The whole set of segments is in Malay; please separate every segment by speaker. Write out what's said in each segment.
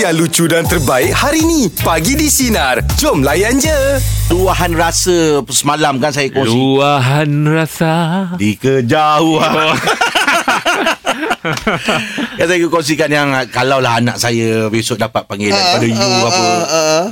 Speaker 1: yang lucu dan terbaik hari ni. Pagi di Sinar. Jom layan je.
Speaker 2: Luahan rasa semalam kan saya kongsi.
Speaker 3: Luahan rasa
Speaker 2: Di kejauhan. Yang Kan saya kongsikan yang kalaulah anak saya besok dapat panggilan
Speaker 4: Ah,
Speaker 2: pada you apa.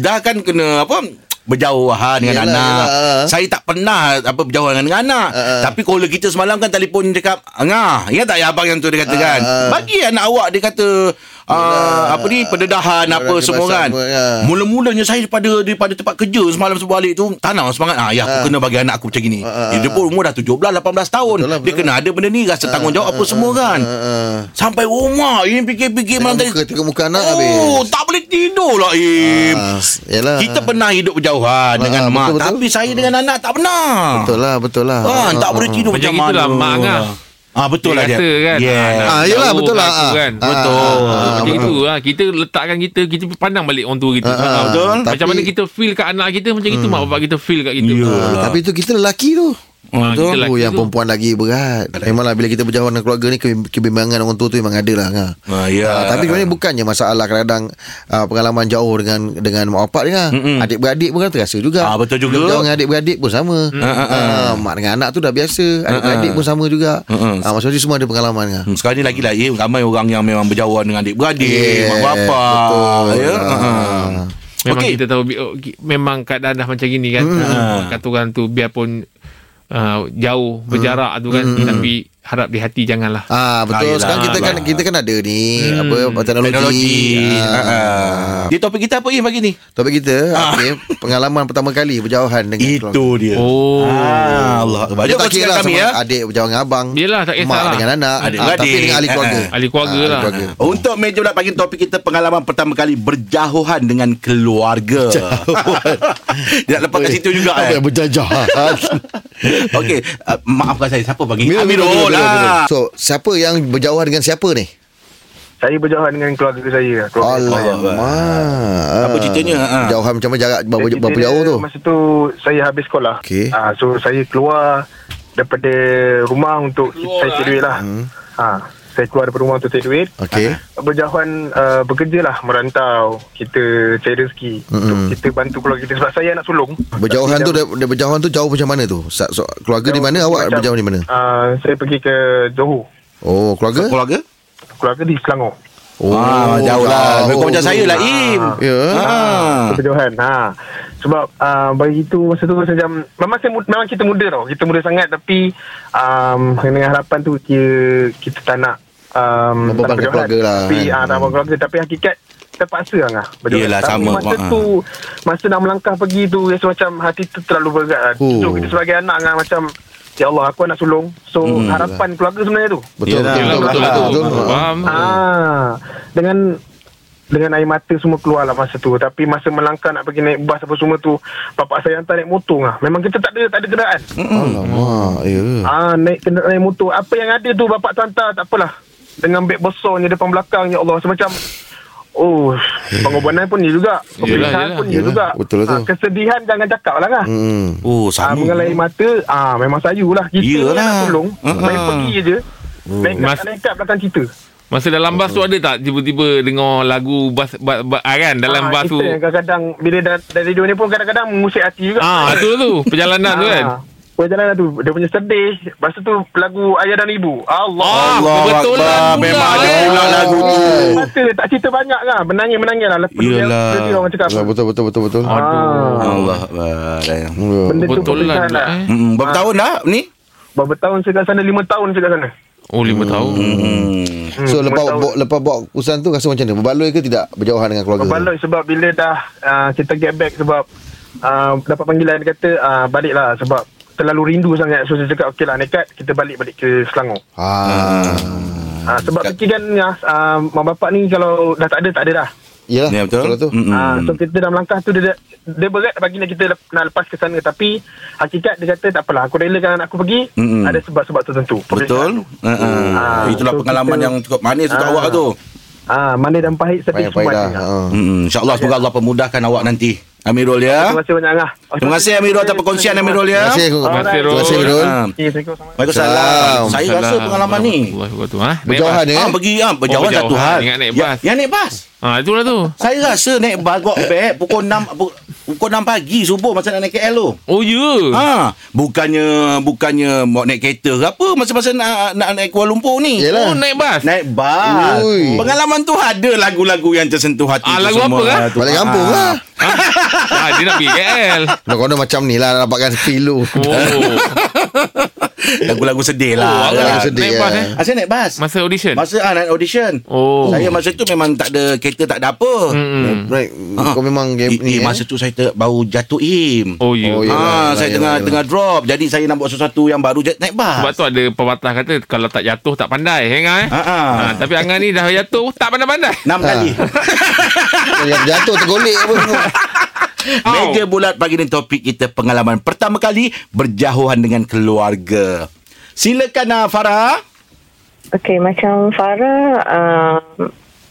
Speaker 2: Dah kan kena apa berjauhan dengan
Speaker 4: Yelah, ah,
Speaker 2: anak.
Speaker 4: yelah.
Speaker 2: Saya tak pernah apa berjauhan dengan anak.
Speaker 4: ah.
Speaker 2: Tapi caller kita semalam kan telefon cakap, "Angah, ingat tak yang abang yang tu dia kata
Speaker 4: Ah,
Speaker 2: kan? Bagi anak awak dia kata Uh, apa ni pendedahan apa
Speaker 4: Orang
Speaker 2: semua kan
Speaker 4: kebasar apa, ya.
Speaker 2: Mula-mulanya saya daripada daripada tempat kerja semalam sebelum balik tu tanam semangat ah ya aku kena bagi anak aku macam gini.
Speaker 4: ah,
Speaker 2: Dia, dia pun umur dah 17 18 tahun.
Speaker 4: Betul lah, Ah,
Speaker 2: dia
Speaker 4: betul
Speaker 2: kena ada benda ni rasa tanggungjawab apa semua kan.
Speaker 4: Uh,
Speaker 2: Sampai rumah Ini fikir-fikir malam tadi
Speaker 4: muka, tengok muka anak
Speaker 2: Oh
Speaker 4: habis.
Speaker 2: tak boleh tidur lah Im
Speaker 4: Ah, yalah.
Speaker 2: Kita pernah hidup berjauhan Dengan
Speaker 4: betul,
Speaker 2: mak
Speaker 4: betul. Ah.
Speaker 2: Tapi saya dengan anak tak pernah
Speaker 4: Betul lah, betul lah.
Speaker 2: Ah, tak boleh tidur
Speaker 3: Macam
Speaker 2: macam,
Speaker 3: itulah
Speaker 2: mana.
Speaker 3: mak Angah.
Speaker 2: Ah betul lah dia.
Speaker 3: Dia kata kan
Speaker 2: Yeah.
Speaker 3: anak
Speaker 4: Ah, yelah,
Speaker 3: jauh
Speaker 4: betul lah,
Speaker 3: aku
Speaker 4: ah.
Speaker 3: kan.
Speaker 4: Ah,
Speaker 2: betul.
Speaker 3: Ah, Macam itu lah Kita letakkan kita Kita pandang balik orang tua kita
Speaker 4: ah,
Speaker 3: Ah,
Speaker 4: betul.
Speaker 3: Macam
Speaker 4: Tapi- Hmm.
Speaker 3: mana kita feel kat anak kita Macam itu mak bapak kita feel kat kita
Speaker 2: Ya.
Speaker 4: Ah, tapi tu kita lelaki tu.
Speaker 3: Ah, kita lelaki
Speaker 4: oh, yang
Speaker 3: tu.
Speaker 4: perempuan lagi berat. Memanglah bila kita berjauhan dengan keluarga ni kebi- kebimbangan orang tua tu memang ada lah. Ha.
Speaker 2: Ah, ya.
Speaker 4: Ah, tapi sebenarnya bukannya masalah kadang-kadang ah, pengalaman jauh dengan dengan mak bapak ni kan. Adik-beradik pun kan terasa juga.
Speaker 2: Ah, betul juga.
Speaker 4: Bila Jauh dengan adik-beradik pun sama. Ah, mak dengan anak tu dah biasa. Adik-beradik pun sama juga. Ah, maksudnya semua ada pengalaman kan.
Speaker 2: Hmm, Sekarang ni lagi lah Im, Ramai orang yang memang berjauhan dengan adik-beradik
Speaker 4: Yeah,
Speaker 2: Mak bapak
Speaker 4: betul.
Speaker 2: ya?
Speaker 4: Ah.
Speaker 2: Ah.
Speaker 3: Memang
Speaker 2: Okey.
Speaker 3: okay. kita tahu bi- oh, ki- Memang keadaan dah macam gini kan
Speaker 2: Ah.
Speaker 3: hmm. Kata orang tu Biarpun uh, Jauh Berjarak tu kan Tapi Harap di hati janganlah
Speaker 4: Hmm. Ah
Speaker 2: Ah,
Speaker 4: betul
Speaker 2: yelah.
Speaker 3: lah.
Speaker 4: sekarang kita kan
Speaker 2: Yelah.
Speaker 4: kita kan ada ni apa teknologi.
Speaker 2: Mm. Teknologi
Speaker 4: Ah.
Speaker 2: Ah. Dia topik kita apa Im pagi ni?
Speaker 4: Topik kita okay, pengalaman pertama kali berjauhan dengan
Speaker 2: Ah.
Speaker 4: keluarga.
Speaker 2: Itu dia
Speaker 3: Oh
Speaker 2: Ah, Allah. Jom
Speaker 4: tak
Speaker 2: kongsikan
Speaker 4: kira
Speaker 2: kami
Speaker 4: sama
Speaker 2: ya.
Speaker 4: Adik berjauhan dengan abang
Speaker 3: Yelah, tak kisah
Speaker 4: Mak
Speaker 3: lah.
Speaker 4: dengan anak
Speaker 2: Adik
Speaker 4: ah, Tapi
Speaker 2: beradik.
Speaker 4: dengan ahli
Speaker 2: Ah, Oh,
Speaker 4: keluarga
Speaker 3: ah. Ahli keluarga
Speaker 4: Ah,
Speaker 3: lah.
Speaker 4: keluarga.
Speaker 2: Untuk meja bulat pagi topik kita pengalaman pertama kali berjauhan dengan keluarga. Dia nak lepas kat situ juga
Speaker 4: Apa
Speaker 2: eh.
Speaker 4: yang berjajahan
Speaker 2: Okey, uh, maafkan saya siapa pagi?
Speaker 4: Mira, Mira, Mira,
Speaker 2: Amirul
Speaker 4: Mira, Mira.
Speaker 2: lah.
Speaker 4: So siapa yang berjauhan dengan siapa ni
Speaker 5: Saya berjauhan dengan keluarga saya. Keluarga saya.
Speaker 4: Alamak
Speaker 2: Apa ceritanya? Ah.
Speaker 4: Berjauhan macam mana jarak Berapa,
Speaker 5: Jadi
Speaker 4: berapa
Speaker 5: dia-
Speaker 4: jauh tu
Speaker 5: Masa tu saya habis sekolah.
Speaker 4: Okey.
Speaker 5: Ah, so saya keluar daripada rumah untuk
Speaker 3: Keluar
Speaker 5: saya
Speaker 3: lah,
Speaker 5: cari duit lah.
Speaker 4: Hmm.
Speaker 5: Ah, saya keluar daripada rumah untuk cari duit.
Speaker 4: Okey.
Speaker 5: ah. Berjauhan uh, bekerja lah merantau. Kita cari rezeki. Untuk kita bantu keluarga kita sebab saya anak sulung.
Speaker 4: Berjauhan tu dia- dia Berjauhan tu jauh macam mana tu Sa- so, Keluarga di mana awak Berjauhan di mana
Speaker 5: Uh, saya pergi ke Johor.
Speaker 4: Oh keluarga
Speaker 2: Keluarga?
Speaker 5: Keluarga di Selangor. Ah.
Speaker 4: Oh
Speaker 2: ah, jauh lah. Kau macam saya lah, Im.
Speaker 4: Ya
Speaker 2: Ah.
Speaker 5: Perjauhan ha. Sebab uh, Bagi itu Masa tu saya macam Memang, saya, mu- memang kita muda tau Kita muda sangat Tapi um, Dengan harapan tu Kita, kita tak nak um,
Speaker 4: Membebankan
Speaker 5: tak nak berjauhan.
Speaker 4: keluarga lah,
Speaker 5: Tapi
Speaker 4: kan?
Speaker 5: ah, tak nak keluarga Tapi hakikat Terpaksa lah berjauhan.
Speaker 2: Yelah,
Speaker 5: Tapi
Speaker 2: sama, ah.
Speaker 5: Masa
Speaker 2: Pak,
Speaker 5: tu Masa nak melangkah pergi tu Rasa macam Hati tu terlalu berat lah.
Speaker 4: Oh.
Speaker 5: Jujur kita sebagai anak kan, Macam Ya Allah aku anak sulung So
Speaker 4: Hmm,
Speaker 5: harapan keluarga sebenarnya tu
Speaker 4: Betul
Speaker 2: Yelah,
Speaker 4: Ah, betul,
Speaker 3: Yelah,
Speaker 4: betul,
Speaker 3: betul,
Speaker 2: lah.
Speaker 4: betul,
Speaker 3: betul,
Speaker 4: betul.
Speaker 3: Faham
Speaker 5: Ah, dengan dengan air mata semua keluar lah masa tu tapi masa melangkah nak pergi naik bas apa semua tu bapak saya hantar naik motor lah memang kita tak ada tak ada kenderaan
Speaker 4: Hmm. Alamak Ya
Speaker 5: ah naik kena naik motor apa yang ada tu bapak tu hantar tak apalah dengan beg besarnya depan belakang ya Allah semacam oh pengorbanan pun ni juga
Speaker 3: Yelah,
Speaker 5: pemilihan
Speaker 3: yelah.
Speaker 5: pun ni
Speaker 4: Eh. Yelah,
Speaker 5: juga
Speaker 4: betul lah tu.
Speaker 5: Ah, kesedihan jangan cakap lah kan
Speaker 4: Hmm
Speaker 2: Oh,
Speaker 5: Ah,
Speaker 2: sama.
Speaker 5: mengenai mata ah memang sayu lah kita
Speaker 2: Yelah.
Speaker 5: nak tolong
Speaker 4: Hmm.
Speaker 2: Ah.
Speaker 5: saya pergi je
Speaker 4: Oh.
Speaker 5: naik kat
Speaker 3: Mas-
Speaker 5: naik kat belakang kita
Speaker 3: Masa dalam bas tu ada tak Tiba-tiba dengar lagu bas, bas, bas, ah, kan Dalam
Speaker 5: Ah,
Speaker 3: bas
Speaker 5: kita
Speaker 3: tu
Speaker 5: yang kadang-kadang bila dah, dah radio ni pun kadang-kadang mengusik hati juga.
Speaker 3: Ah, tu tu Perjalanan tu kan
Speaker 2: Ah.
Speaker 5: Perjalanan lah tu Dia punya sedih Lepas tu lagu Ayah dan Ibu Allah Ah,
Speaker 3: Ah,
Speaker 2: Allah
Speaker 3: kebetulan
Speaker 2: Akbar.
Speaker 3: pula,
Speaker 2: Memang ada lah.
Speaker 3: eh.
Speaker 2: ulang lagu tu.
Speaker 5: Mata tak cerita banyak kan Menangis-menangis lah Lepas tu dia-
Speaker 2: Yelah.
Speaker 5: dia tengok orang cakap apa.
Speaker 4: Betul Lah, betul betul betul, betul.
Speaker 5: Ah,
Speaker 2: Allah Akbar.
Speaker 5: Benda
Speaker 3: Kebetulan
Speaker 5: tu perpisahan
Speaker 3: pula,
Speaker 5: lah
Speaker 3: eh.
Speaker 2: Hmm, berapa tahun dah ni?
Speaker 5: Berapa tahun saya kat sana Lima tahun saya kat sana
Speaker 3: Oh lima tahun
Speaker 2: Hmm.
Speaker 5: Hmm,
Speaker 4: So
Speaker 5: lima
Speaker 4: lepas
Speaker 5: tahun.
Speaker 4: bo, lepas bawa urusan tu rasa macam mana? Berbaloi ke tidak berjauhan dengan keluarga?
Speaker 5: Berbaloi sebab bila dah uh, Kita get back sebab uh, Dapat panggilan dia kata uh, Baliklah sebab Terlalu rindu sangat So saya cakap Okey lah nekat Kita balik-balik ke Selangor
Speaker 4: Ha. Ah.
Speaker 5: Ah,
Speaker 2: Hmm,
Speaker 5: sebab fikiran ya, ah, mak bapak ni kalau dah tak ada tak ada dah.
Speaker 4: Yalah.
Speaker 2: Ya betul.
Speaker 4: Kalau tu.
Speaker 2: Mm-mm.
Speaker 5: Ah, so kita dah melangkah tu dia dia berat bagi nak kita lep- nak lepas ke sana tapi hakikat dia kata tak apalah aku relakan anak aku pergi
Speaker 2: Mm-mm.
Speaker 5: ada sebab-sebab tertentu.
Speaker 2: Hmm. Betul. Ha, ha.
Speaker 5: Ah,
Speaker 2: Itulah
Speaker 5: so
Speaker 2: pengalaman
Speaker 5: kita-
Speaker 2: yang cukup manis untuk
Speaker 5: Ah.
Speaker 2: awak tu.
Speaker 5: Ah, mana dan pahit sedih
Speaker 4: Payah-payah
Speaker 5: semua
Speaker 4: dah.
Speaker 2: lah.
Speaker 5: ada.
Speaker 4: Ha.
Speaker 2: Hmm, InsyaAllah semoga Allah pemudahkan awak nanti Amirul ya.
Speaker 5: Terima kasih banyak Angah.
Speaker 2: Terima kasih Amirul atas perkongsian Amirul
Speaker 4: Terima
Speaker 2: ya.
Speaker 4: kasih
Speaker 5: Terima kasih,
Speaker 4: Terima kasih Rul
Speaker 2: Ah.
Speaker 5: Okay, Assalamualaikum.
Speaker 2: Waalaikumsalam. Saya rasa
Speaker 3: Assalamualaikum
Speaker 2: pengalaman ni.
Speaker 3: warahmatullahi wabarakatuh. Ha? Naik
Speaker 4: Berjauhan
Speaker 3: bas.
Speaker 4: eh
Speaker 2: Ah pergi ah berjauhan
Speaker 3: Oh,
Speaker 2: satu
Speaker 3: berjauhan.
Speaker 2: hal.
Speaker 3: Ingat naik
Speaker 2: Ya-
Speaker 3: bas.
Speaker 2: Yang naik bas.
Speaker 3: Ah, itulah tu.
Speaker 2: Saya rasa naik bas got back pukul 6 pukul 6 pagi subuh masa nak naik KL tu.
Speaker 3: Oh, ya. Yeah.
Speaker 2: Ha, bukannya bukannya mau naik kereta ke apa masa-masa nak, nak naik Kuala Lumpur ni.
Speaker 4: Yelah.
Speaker 3: Oh, naik bas.
Speaker 2: Naik bas.
Speaker 4: Ui.
Speaker 2: Pengalaman tu ada lagu-lagu yang tersentuh hati
Speaker 3: Ah,
Speaker 2: tu
Speaker 3: lagu
Speaker 2: semua.
Speaker 3: apa kan?
Speaker 2: tu.
Speaker 4: Balik kampung
Speaker 2: Ah.
Speaker 4: lah
Speaker 3: ah, dia nak pergi KL.
Speaker 4: Nak kono macam ni lah Dapatkan kilo
Speaker 3: Oh.
Speaker 2: Lagu-lagu sedih lah.
Speaker 3: Oh,
Speaker 4: awak
Speaker 2: Kan?
Speaker 3: awak
Speaker 4: sedih,
Speaker 3: naik bas
Speaker 4: ya.
Speaker 3: eh.
Speaker 2: Ah, saya naik bas.
Speaker 3: Masa audition.
Speaker 2: Masa ah, naik audition.
Speaker 3: Oh.
Speaker 2: Saya masa tu memang tak ada kereta, tak ada apa.
Speaker 3: Mm-mm.
Speaker 4: Right
Speaker 2: Ah.
Speaker 4: Kau memang game
Speaker 2: Eh, eh,
Speaker 4: ni eh.
Speaker 2: masa tu saya ter, baru jatuh im.
Speaker 3: Oh, ya.
Speaker 4: Oh,
Speaker 3: Yeah.
Speaker 4: ya.
Speaker 2: ah,
Speaker 4: Yelah,
Speaker 2: saya
Speaker 4: yelah,
Speaker 2: tengah
Speaker 4: yelah.
Speaker 2: tengah drop. Jadi saya nak buat sesuatu yang baru je- naik bas.
Speaker 3: Sebab tu ada pepatah kata kalau tak jatuh tak pandai. Eh, Angah eh?
Speaker 2: Ah, ah.
Speaker 3: Ah, tapi Angah ni dah jatuh tak pandai-pandai.
Speaker 4: Ah.
Speaker 2: Enam kali.
Speaker 4: Yang jatuh tergolek apa semua
Speaker 3: Au.
Speaker 2: Meja bulat pagi ni topik kita pengalaman pertama kali berjauhan dengan keluarga. Silakan ah, Farah.
Speaker 6: Okay, macam Farah, uh,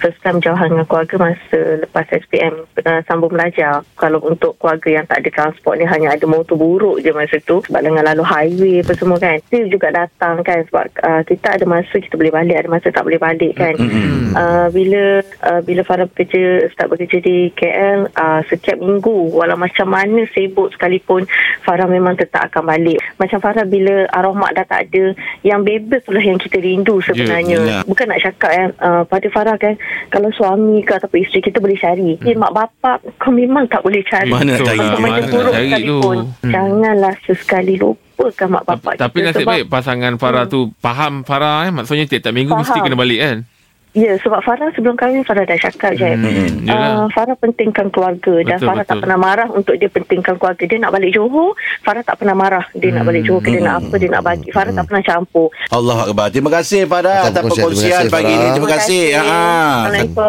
Speaker 6: first time jauhan dengan keluarga masa lepas SPM uh, sambung belajar. Kalau untuk keluarga yang tak ada transport ni hanya ada motor buruk je masa tu. Sebab dengan lalu highway apa semua kan. Dia juga datang kan sebab uh, kita ada masa kita boleh balik, ada masa tak boleh balik kan. Mm-hmm. Uh, bila uh, bila Farah bekerja, start bekerja di KL, uh, setiap minggu walau macam mana sibuk sekalipun Farah memang tetap akan balik. Macam Farah bila arwah mak dah tak ada, yang bebas lah yang kita rindu sebenarnya.
Speaker 2: Ya, ya.
Speaker 6: Yeah. Bukan nak cakap kan uh, pada Farah kan kalau suami ke ataupun isteri kita boleh cari. Eh mak bapak kau memang tak boleh cari.
Speaker 2: Mana nak
Speaker 3: Betul
Speaker 2: cari?
Speaker 3: lah.
Speaker 6: Macam
Speaker 3: Mm. Mana nak
Speaker 6: mana buruk
Speaker 3: cari tu?
Speaker 6: sekalipun.
Speaker 3: Hmm.
Speaker 6: Janganlah sesekali lupakan mak bapak
Speaker 3: Tapi
Speaker 6: kita
Speaker 3: nasib
Speaker 6: sebab Hmm.
Speaker 3: baik pasangan Farah tu faham Farah eh. Maksudnya tiap-tiap minggu mesti
Speaker 6: Faham.
Speaker 3: kena balik kan.
Speaker 6: Ya, sebab Farah sebelum kahwin Farah dah cakap je.
Speaker 3: Hmm,
Speaker 6: Hmm,
Speaker 3: yelah.
Speaker 6: uh, Farah pentingkan keluarga dan
Speaker 3: Betul,
Speaker 6: Farah tak
Speaker 3: betul.
Speaker 6: pernah marah untuk dia pentingkan keluarga. Dia nak balik Johor, Farah tak pernah marah. Dia nak balik Johor, ke, dia nak
Speaker 3: Hmm.
Speaker 6: apa, dia nak bagi. Farah tak pernah campur.
Speaker 2: Allah Akbar. Terima kasih Farah atas
Speaker 4: Atas
Speaker 2: perkongsian
Speaker 4: perkongsian. Terima kasih,
Speaker 2: pagi ini.
Speaker 4: Farah.
Speaker 2: Terima kasih. Ah.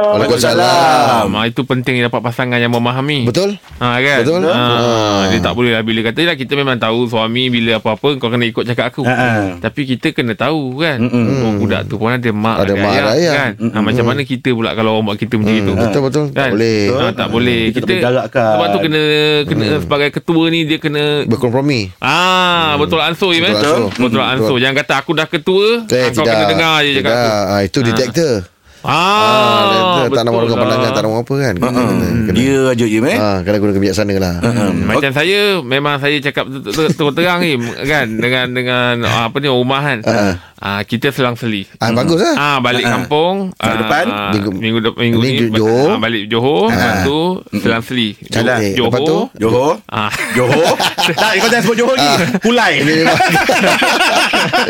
Speaker 6: Assalamualaikum.
Speaker 2: Waalaikumsalam.
Speaker 3: Um, itu penting dapat pasangan yang memahami.
Speaker 4: Betul
Speaker 3: Ha kan?
Speaker 4: Betul.
Speaker 3: Ha,
Speaker 4: Ah.
Speaker 3: Dia tak boleh lah bila kata lah kita memang tahu suami bila apa-apa kau kena ikut cakap aku.
Speaker 2: Ha,
Speaker 4: Ah,
Speaker 2: ha.
Speaker 3: Tapi kita kena tahu kan.
Speaker 2: Mm-mm.
Speaker 3: Oh budak tu pun ada mak
Speaker 4: Ada mak, ada ayah.
Speaker 3: kan. Ha, macam mana kita pula kalau orang buat kita macam itu.
Speaker 4: Hmm, Betul betul
Speaker 3: Kan?
Speaker 4: Tak boleh
Speaker 3: Ha, tak boleh.
Speaker 2: Kita tak boleh jarakkan.
Speaker 3: sebab tu kena kena sebagai ketua ni dia kena
Speaker 4: Berkompromi
Speaker 3: Ah, betul ansur Im eh.
Speaker 4: Hmm. Betul ansur.
Speaker 3: Betul ansur.
Speaker 4: Betul.
Speaker 3: Jangan kata aku dah ketua,
Speaker 4: Eh,
Speaker 3: Ah, kau kena dengar je cakap
Speaker 4: Tidak.
Speaker 3: aku.
Speaker 4: Ah, itu detektor. Ah,
Speaker 3: Ah,
Speaker 4: detektor. tak nak orang
Speaker 3: betul
Speaker 4: pandang
Speaker 3: lah.
Speaker 4: tak nak apa kan. Kena, kena, kena.
Speaker 2: Dia aja je eh.
Speaker 4: Ah, kena guna kebijaksanaan lah.
Speaker 3: Hmm, macam saya memang saya cakap ter- ter- terus terang ni kan dengan dengan ah, apa ni rumah kan.
Speaker 4: Ah.
Speaker 3: Ah, kita selang-seli.
Speaker 4: Ah, bagus lah.
Speaker 3: Ah balik kampung
Speaker 2: Minggu depan?
Speaker 3: ah,
Speaker 4: Minggu-
Speaker 3: minggu de- minggu
Speaker 4: Ini
Speaker 3: ni
Speaker 4: Jo- Johor.
Speaker 3: ah, balik Johor lepas tu selang-seli.
Speaker 4: Jalan. Eh, lepas tu?
Speaker 2: Johor.
Speaker 3: Ah.
Speaker 2: Johor. Ah. tak kau jangan sebut Johor lagi. Pulai.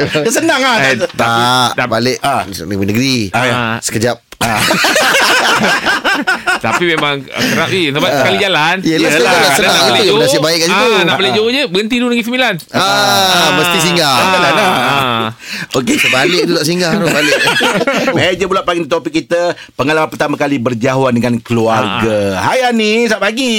Speaker 2: Dia senang ah.
Speaker 3: Eh,
Speaker 2: Tak-
Speaker 4: Tak,
Speaker 3: tapi-
Speaker 4: balik
Speaker 2: Ah.
Speaker 4: negeri.
Speaker 2: Ah, ya.
Speaker 3: Ah.
Speaker 4: Sekejap.
Speaker 3: Tapi memang ah, kerap ni Sebab sekali jalan
Speaker 4: Yelah, sekali
Speaker 3: Yelah,
Speaker 4: jalan,
Speaker 3: kadang
Speaker 4: senang.
Speaker 3: nak balik
Speaker 4: Itu yang
Speaker 3: Johor,
Speaker 4: nasib baik kat situ.
Speaker 3: ah, Nak balik Johor je Berhenti dulu negeri sembilan
Speaker 4: Ah, mesti singgah.
Speaker 3: Ah,
Speaker 2: lah.
Speaker 3: ah.
Speaker 2: Okey,
Speaker 4: Balik tu tak singgah tu balik.
Speaker 2: Meja pula pagi ni topik kita Pengalaman pertama kali berjauhan dengan keluarga Hai Ani, selamat pagi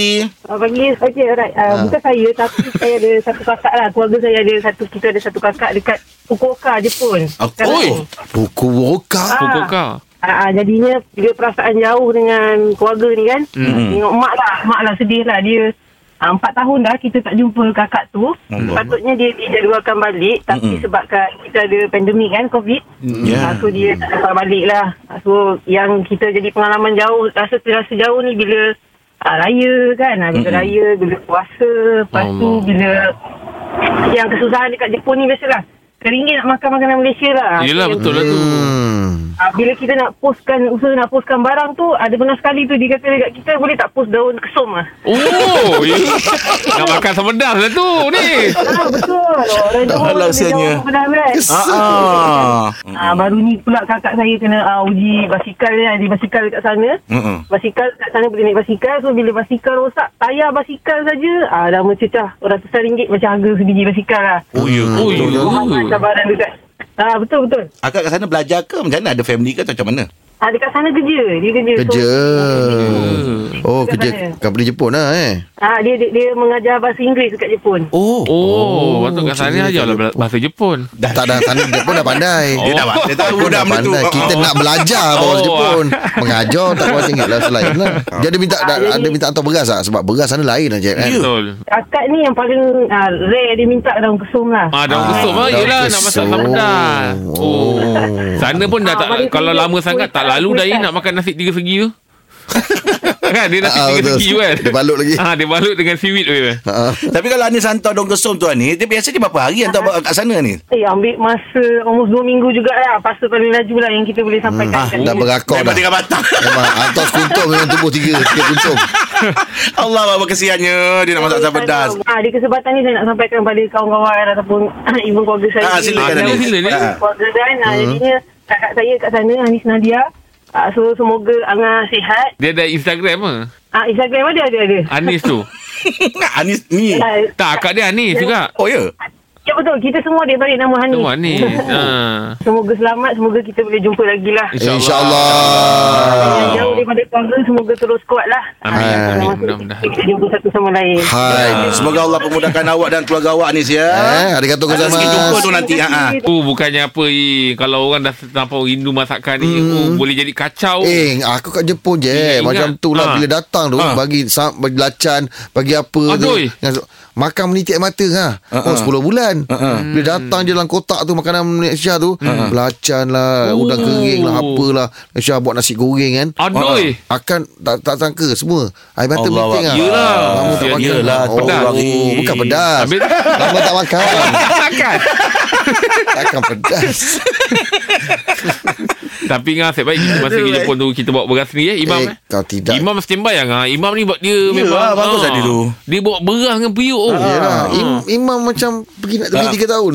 Speaker 7: Uh, panggil okey alright uh, bukan saya tapi saya ada satu kakak lah keluarga saya ada satu kita ada satu kakak dekat Fukuoka Jepun
Speaker 2: Oh,
Speaker 7: Sekarang
Speaker 3: oi.
Speaker 7: ni.
Speaker 4: Buku woka.
Speaker 3: Fukuoka
Speaker 7: Ah, ah, jadinya dia perasaan jauh dengan keluarga ni kan. Mm. Tengok mak lah, mak lah sedih lah dia. ah, Empat tahun dah kita tak jumpa kakak tu. Patutnya dia dijadualkan balik tapi mm sebabkan kita ada pandemik kan COVID.
Speaker 2: Ya.
Speaker 7: Yeah. so dia tak dapat balik lah. Ah, So yang kita jadi pengalaman jauh, rasa terasa jauh ni bila ah, raya kan. Ah, Bila raya, bila puasa, lepas
Speaker 3: Allah.
Speaker 7: tu bila yang kesusahan dekat Jepun ni biasalah. Keringgit nak makan makanan Malaysia lah.
Speaker 3: Yelah
Speaker 7: So,
Speaker 3: betul lah tu
Speaker 4: Hmm.
Speaker 7: Ah, bila kita nak postkan usaha nak postkan barang tu ada pernah sekali tu dia kata dekat kita boleh tak post daun kesum ah.
Speaker 3: Oh ya. Nak makan semedas lah tu Ni
Speaker 7: Ah betul. Orang
Speaker 2: Tak halal sianya.
Speaker 7: Ah,
Speaker 2: Ah, ah.
Speaker 7: ah, baru ni pula kakak saya kena ah, uji basikal kan? dia di basikal dekat sana.
Speaker 2: Mm-mm.
Speaker 7: Basikal kat sana boleh naik basikal So bila basikal rosak Tayar basikal saja ah, Dah mencecah Ratusan ringgit Macam harga sebiji basikal lah
Speaker 2: Oh ya
Speaker 3: Oh
Speaker 2: betul
Speaker 3: ya
Speaker 2: lah.
Speaker 4: Hmm.
Speaker 7: Cabaran dekat ah, Betul betul
Speaker 2: Akak kat sana belajar ke Macam mana ada family ke atau macam mana
Speaker 7: ah, Dekat sana kerja Dia kerja,
Speaker 4: Kerja.
Speaker 7: So,
Speaker 4: Oh,
Speaker 7: Dekat
Speaker 4: kerja
Speaker 7: mana?
Speaker 4: company Jepun lah eh.
Speaker 7: ha, dia, dia dia mengajar bahasa Inggeris dekat Jepun.
Speaker 2: Oh.
Speaker 3: Oh, patut kat sana ajar lah bahasa Jepun.
Speaker 4: Tak dah Sana dia pun dah pandai
Speaker 2: Oh. Dia dah dia tahu
Speaker 4: Pun
Speaker 2: dah
Speaker 4: dah
Speaker 2: benda tu.
Speaker 4: pandai Kita nak belajar
Speaker 3: Oh,
Speaker 4: Bahasa
Speaker 3: ah.
Speaker 4: Jepun Mengajar tak bahasa Inggeris lah Selain lah Dia ada minta
Speaker 7: Ah, jadi-
Speaker 4: Ada minta hantar beras tak Sebab beras sana lain lah Jeb kan
Speaker 2: Ya.
Speaker 3: Betul.
Speaker 7: Kakak ni yang paling uh, rare dia minta daun kesum lah.
Speaker 3: Ah,
Speaker 2: Ah,
Speaker 3: daun kesum ah,
Speaker 4: daun
Speaker 3: yelah nak
Speaker 4: kesum.
Speaker 3: masak sambal pedas. Oh. Sana pun dah
Speaker 7: Ah,
Speaker 3: tak
Speaker 7: mari
Speaker 3: kalau
Speaker 7: tunjuk
Speaker 3: lama
Speaker 7: kuih
Speaker 3: sangat tak
Speaker 7: tak,
Speaker 3: lalu
Speaker 7: kuih
Speaker 3: dah
Speaker 7: tak.
Speaker 3: nak makan nasi tiga segi tu. kan dia nasi
Speaker 4: Ah,
Speaker 3: tiga
Speaker 4: betul.
Speaker 3: segi tu kan.
Speaker 4: Dia balut lagi.
Speaker 3: Ah, dia balut dengan seaweed tu. je.
Speaker 4: Ah,
Speaker 2: Tapi kalau Anis hantar dong kesum tu ni, dia biasa dia berapa hari hantar kat sana ni?
Speaker 7: Eh, ambil masa almost 2 minggu jugalah. Pasal paling laju lah yang kita boleh sampaikan.
Speaker 4: ah, Dah berakor dah
Speaker 2: Daripada kat Batam.
Speaker 4: Memang Hantar sekuntum Memang tubuh tiga Tiga kuntum
Speaker 2: Allah apa kesiannya dia nak masak sambal pedas.
Speaker 7: Ah, di kesempatan ni saya nak sampaikan pada kawan-kawan ataupun even keluarga
Speaker 2: Ah,
Speaker 7: saya.
Speaker 2: silakan,
Speaker 7: sendiri.
Speaker 3: Anis. Sila, sila,
Speaker 2: Anis.
Speaker 7: Keluarga kan. Ah, jadinya kakak saya kat sana, Anis Nadia. Ah, so, semoga Angah sihat.
Speaker 3: Dia ada Instagram ah.
Speaker 7: Ah, Instagram ada, ada, ada.
Speaker 3: Anis tu.
Speaker 2: Anis ni.
Speaker 7: Ah,
Speaker 3: tak, akak dia Anis juga.
Speaker 2: Oh ya.
Speaker 7: Ya betul, kita semua dia balik nama Hanis.
Speaker 3: Tu Anis. Ha.
Speaker 7: Semoga selamat, semoga kita boleh jumpa lagi lah.
Speaker 4: InsyaAllah
Speaker 7: Yang jauh daripada keluarga, semoga terus kuat lah.
Speaker 3: Amin,
Speaker 7: Ah,
Speaker 3: amin.
Speaker 7: masa
Speaker 3: Mudah-mudahan.
Speaker 7: Kita jumpa satu sama lain.
Speaker 4: Hai
Speaker 2: Ah. Semoga Allah permudahkan awak dan keluarga awak Anis ya.
Speaker 4: Eh, ada kata
Speaker 2: Ada rezeki jumpa
Speaker 4: gozaimasu.
Speaker 2: tu nanti. Ha. ha.
Speaker 3: Oh, bukannya apa eh. Kalau orang dah terlampau rindu masakan ni, oh, boleh jadi kacau.
Speaker 4: Hmm. Eh, aku kat Jepun je.
Speaker 3: Ingat,
Speaker 4: Macam tu lah
Speaker 3: ha. Ah,
Speaker 4: bila datang tu
Speaker 2: Ha.
Speaker 4: bagi sam, bagi lacan, bagi apa
Speaker 3: Adoi.
Speaker 4: tu. Dengan- Makan menitik mata ha.
Speaker 2: Ha, ha.
Speaker 4: Oh,
Speaker 2: Ha,
Speaker 4: 10 bulan. Bila datang je dalam kotak tu makanan Malaysia tu, belacan lah, udang
Speaker 3: Oh. Ah,
Speaker 4: kering lah, apalah. Malaysia buat nasi goreng kan.
Speaker 3: Aduh.
Speaker 4: Akan tak, tak sangka semua Air
Speaker 2: Ha, Allah
Speaker 4: mata menitik
Speaker 2: Allah.
Speaker 4: lah
Speaker 3: Yelah.
Speaker 4: Lama tak
Speaker 3: Ya,
Speaker 4: makan
Speaker 2: yelah,
Speaker 4: oh,
Speaker 2: pedas.
Speaker 4: oh, Bukan pedas
Speaker 3: Habis
Speaker 4: Lama tak makan
Speaker 3: makan.
Speaker 4: Takkan pedas
Speaker 3: Tapi ngah asyik baik kita masa ke Jepun tu kita bawa beras sendiri eh Imam
Speaker 4: Eh,
Speaker 3: eh.
Speaker 4: kalau tidak
Speaker 3: Imam standby ah. ngah. Imam ni buat dia
Speaker 2: Ya, ah,
Speaker 3: memang
Speaker 2: bagus
Speaker 3: ah,
Speaker 2: tadi tu. Ah,
Speaker 3: Dia bawa beras dengan periuk oh.
Speaker 4: Yelah, im, Imam macam pergi nak tepi 3 tahun.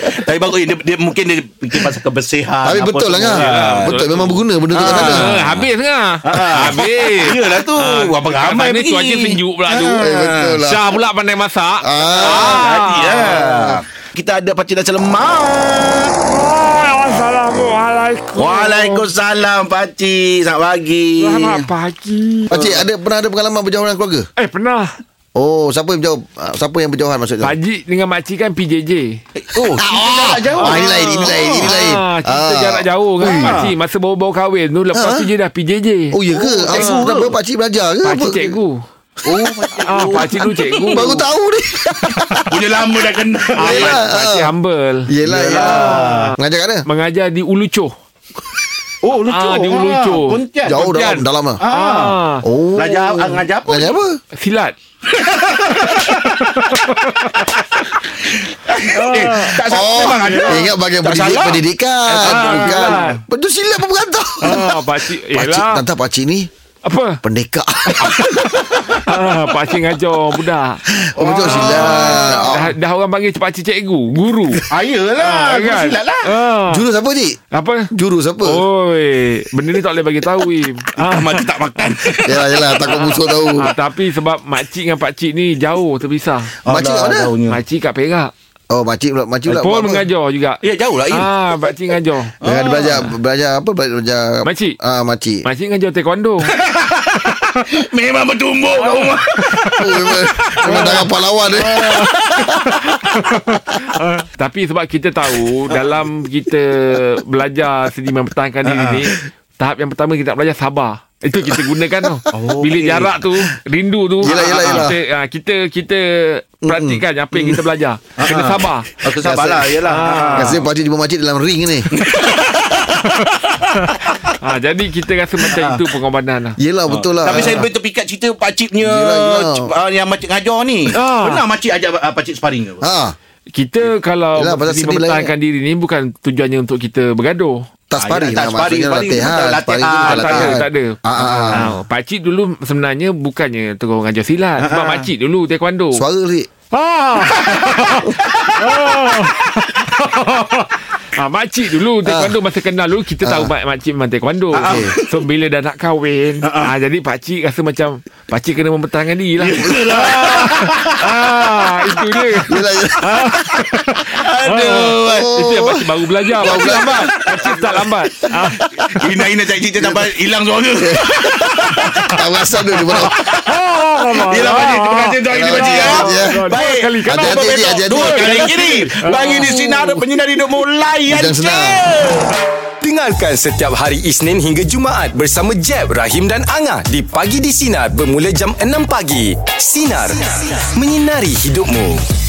Speaker 2: Tapi bagus dia, dia mungkin dia fikir pasal kebersihan.
Speaker 4: Tapi
Speaker 2: apa
Speaker 4: betul lah
Speaker 2: semua. Ah.
Speaker 4: kan. Betul memang berguna benda tu kat sana.
Speaker 3: Ah, habis ngah. Habis. Ah,
Speaker 2: Yelah ah. tu. Apa ramai Ah,
Speaker 3: ni
Speaker 2: pergi.
Speaker 3: cuaca sejuk pula tu.
Speaker 4: Eh, betul lah.
Speaker 3: Syah pula pandai masak.
Speaker 4: Ah,
Speaker 2: Jadi ya. Kita ada Pakcik Nasi Lemak.
Speaker 3: Assalamualaikum.
Speaker 2: Waalaikumsalam Pakcik. Selamat pagi.
Speaker 3: pagi.
Speaker 4: Pakcik ada pernah ada pengalaman berjauhan dengan keluarga?
Speaker 3: Eh pernah
Speaker 4: Oh, siapa yang berjauh? ah, Siapa yang berjauhan maksudnya?
Speaker 3: Pakcik dengan makcik kan PJJ
Speaker 2: Oh,
Speaker 4: jauh. Ah, ini lain, ini lain, ini lain.
Speaker 3: ah, Cerita jarak jauh kan Pakcik masa baru-baru kahwin tu Lepas tu dia dah PJJ
Speaker 4: Ah. Oh, ya ke? Apa kenapa pakcik belajar ke?
Speaker 3: Pakcik
Speaker 4: Apa?
Speaker 3: cikgu
Speaker 4: Oh, pakcik.
Speaker 3: Ah, Pakcik tu cikgu
Speaker 4: Baru tahu ni.
Speaker 2: punya lama dah kenal.
Speaker 3: ah,
Speaker 4: Yelah,
Speaker 3: pak- Pakcik humble
Speaker 4: Yelah, ya. Mengajar kat mana?
Speaker 3: Mengajar di Ulucoh
Speaker 2: Oh,
Speaker 3: Ah, dia lucu.
Speaker 2: Pontian.
Speaker 4: Jauh
Speaker 2: Pontian.
Speaker 4: dalam, dalam lah.
Speaker 3: ah.
Speaker 4: Oh.
Speaker 2: Belajar ah, ngajar apa?
Speaker 4: Belajar apa?
Speaker 3: Silat
Speaker 2: Eh, tak salah
Speaker 4: Oh,
Speaker 2: memang ada.
Speaker 4: ingat bagian
Speaker 2: Tak
Speaker 4: pendidik,
Speaker 2: salah.
Speaker 4: pendidikan.
Speaker 3: Ah,
Speaker 4: Bukan.
Speaker 3: salah.
Speaker 4: Betul silap apa berantau?
Speaker 3: ah, Pakcik
Speaker 4: Pakcik,
Speaker 3: Yelah
Speaker 4: tante pakcik ni
Speaker 3: Apa
Speaker 4: pendekar.
Speaker 3: ah, Pakcik ngajar orang budak
Speaker 2: Ah.
Speaker 4: Oh, betul Ah, silap.
Speaker 3: dah, dah orang panggil pakcik cikgu Guru
Speaker 2: Ah, yelah. Guru silat lah.
Speaker 3: ah.
Speaker 4: Jurus apa, cik?
Speaker 3: Apa
Speaker 4: Jurus apa?
Speaker 3: Oh. Oi, benda ni tak boleh bagi tahu. Im. Ah,
Speaker 2: Mati tak makan.
Speaker 4: Yalah, yalah. Takut musuh tahu.
Speaker 3: ah, tapi sebab makcik dengan pakcik ni jauh terpisah.
Speaker 4: Makcik kat
Speaker 2: Alah,
Speaker 4: mana?
Speaker 2: jauhnya.
Speaker 3: Makcik kat Perak.
Speaker 4: Oh, makcik pula. Makcik pula.
Speaker 3: Pun
Speaker 4: buat apa?
Speaker 3: mengajar juga.
Speaker 2: Ya, jauh lah. Il.
Speaker 3: Ah, makcik mengajar.
Speaker 4: Jangan dia belajar belajar apa belajar
Speaker 3: Makcik.
Speaker 4: Ah makcik.
Speaker 3: Makcik mengajar taekwondo.
Speaker 2: Memang bertumbuk kat rumah.
Speaker 4: Oh, memang memang tak apa lawan dia.
Speaker 3: tapi sebab kita tahu dalam kita belajar seni mempertahankan diri ni,
Speaker 4: Ah.
Speaker 3: tahap yang pertama kita nak belajar sabar. Itu kita gunakan tu. Bila jarak tu, rindu tu,
Speaker 4: Oh, Yelah, yelah, yelah.
Speaker 3: kita ah, kita kita praktikan apa yang kita belajar.
Speaker 4: Ah.
Speaker 3: Kena sabar.
Speaker 2: Aku lah. sabarlah. Yelah.
Speaker 3: Ah.
Speaker 4: Rasanya pakcik jumpa makcik dalam ring ni.
Speaker 3: Ha, jadi kita rasa macam
Speaker 4: Ah.
Speaker 3: itu pengorbanan lah.
Speaker 4: Yelah betul lah.
Speaker 2: Tapi saya boleh terpikat cerita pakcik punya
Speaker 4: Yelah, yelah.
Speaker 2: c- ah, yang makcik ngajar ni.
Speaker 3: Ah.
Speaker 2: Pernah makcik ajak ah, pakcik sparring ke?
Speaker 4: Ha,
Speaker 3: Kita kalau Yelah,
Speaker 4: Yelah, pasal seni kan.
Speaker 3: mempertahankan diri ni bukan tujuannya untuk kita bergaduh.
Speaker 4: tak sparring
Speaker 2: yelah,
Speaker 4: lah
Speaker 2: tak sparring,
Speaker 4: maksudnya
Speaker 2: sparring,
Speaker 4: latihan. Ha,
Speaker 2: betul,
Speaker 4: Sparring tu
Speaker 2: latihan.
Speaker 3: Ah, tak
Speaker 4: bukan
Speaker 3: ada,
Speaker 4: latihan.
Speaker 3: tak ada.
Speaker 4: Ah, ah, ah. Ah,
Speaker 3: Ah, pakcik dulu sebenarnya bukannya terus mengajar silat. Sebab pakcik dulu taekwondo.
Speaker 4: Suara ni.
Speaker 3: Ah. Ah, makcik dulu taekwondo masa kenal dulu kita tahu mak makcik memang taekwondo.
Speaker 4: Okey.
Speaker 3: So bila dah nak kahwin, ah, jadi pakcik rasa macam pakcik kena mempertahankan diri lah. ah, itu dia.
Speaker 4: Yelah, yelah.
Speaker 3: Aduh. Itu yang pakcik baru belajar. Pakcik lambat. Pakcik start lambat. Ah.
Speaker 2: Ina-ina cakap cerita sampai hilang suara.
Speaker 4: Tak rasa dia dia buat.
Speaker 2: Yelah pakcik Terima kasih untuk hari ini pakcik ya.
Speaker 4: Ya.
Speaker 2: Baik
Speaker 3: Dua kali, kenapa
Speaker 2: Hati-hati,
Speaker 4: berbeza?
Speaker 2: hati-hati. Dua kali kiri Bagi di sinar Penyinar hidup mulai
Speaker 4: Bujang senang.
Speaker 1: Dengarkan setiap hari Isnin hingga Jumaat bersama Jeb, Rahim dan Angah di Pagi di Sinar bermula jam 6 pagi. Sinar. Menyinari hidupmu.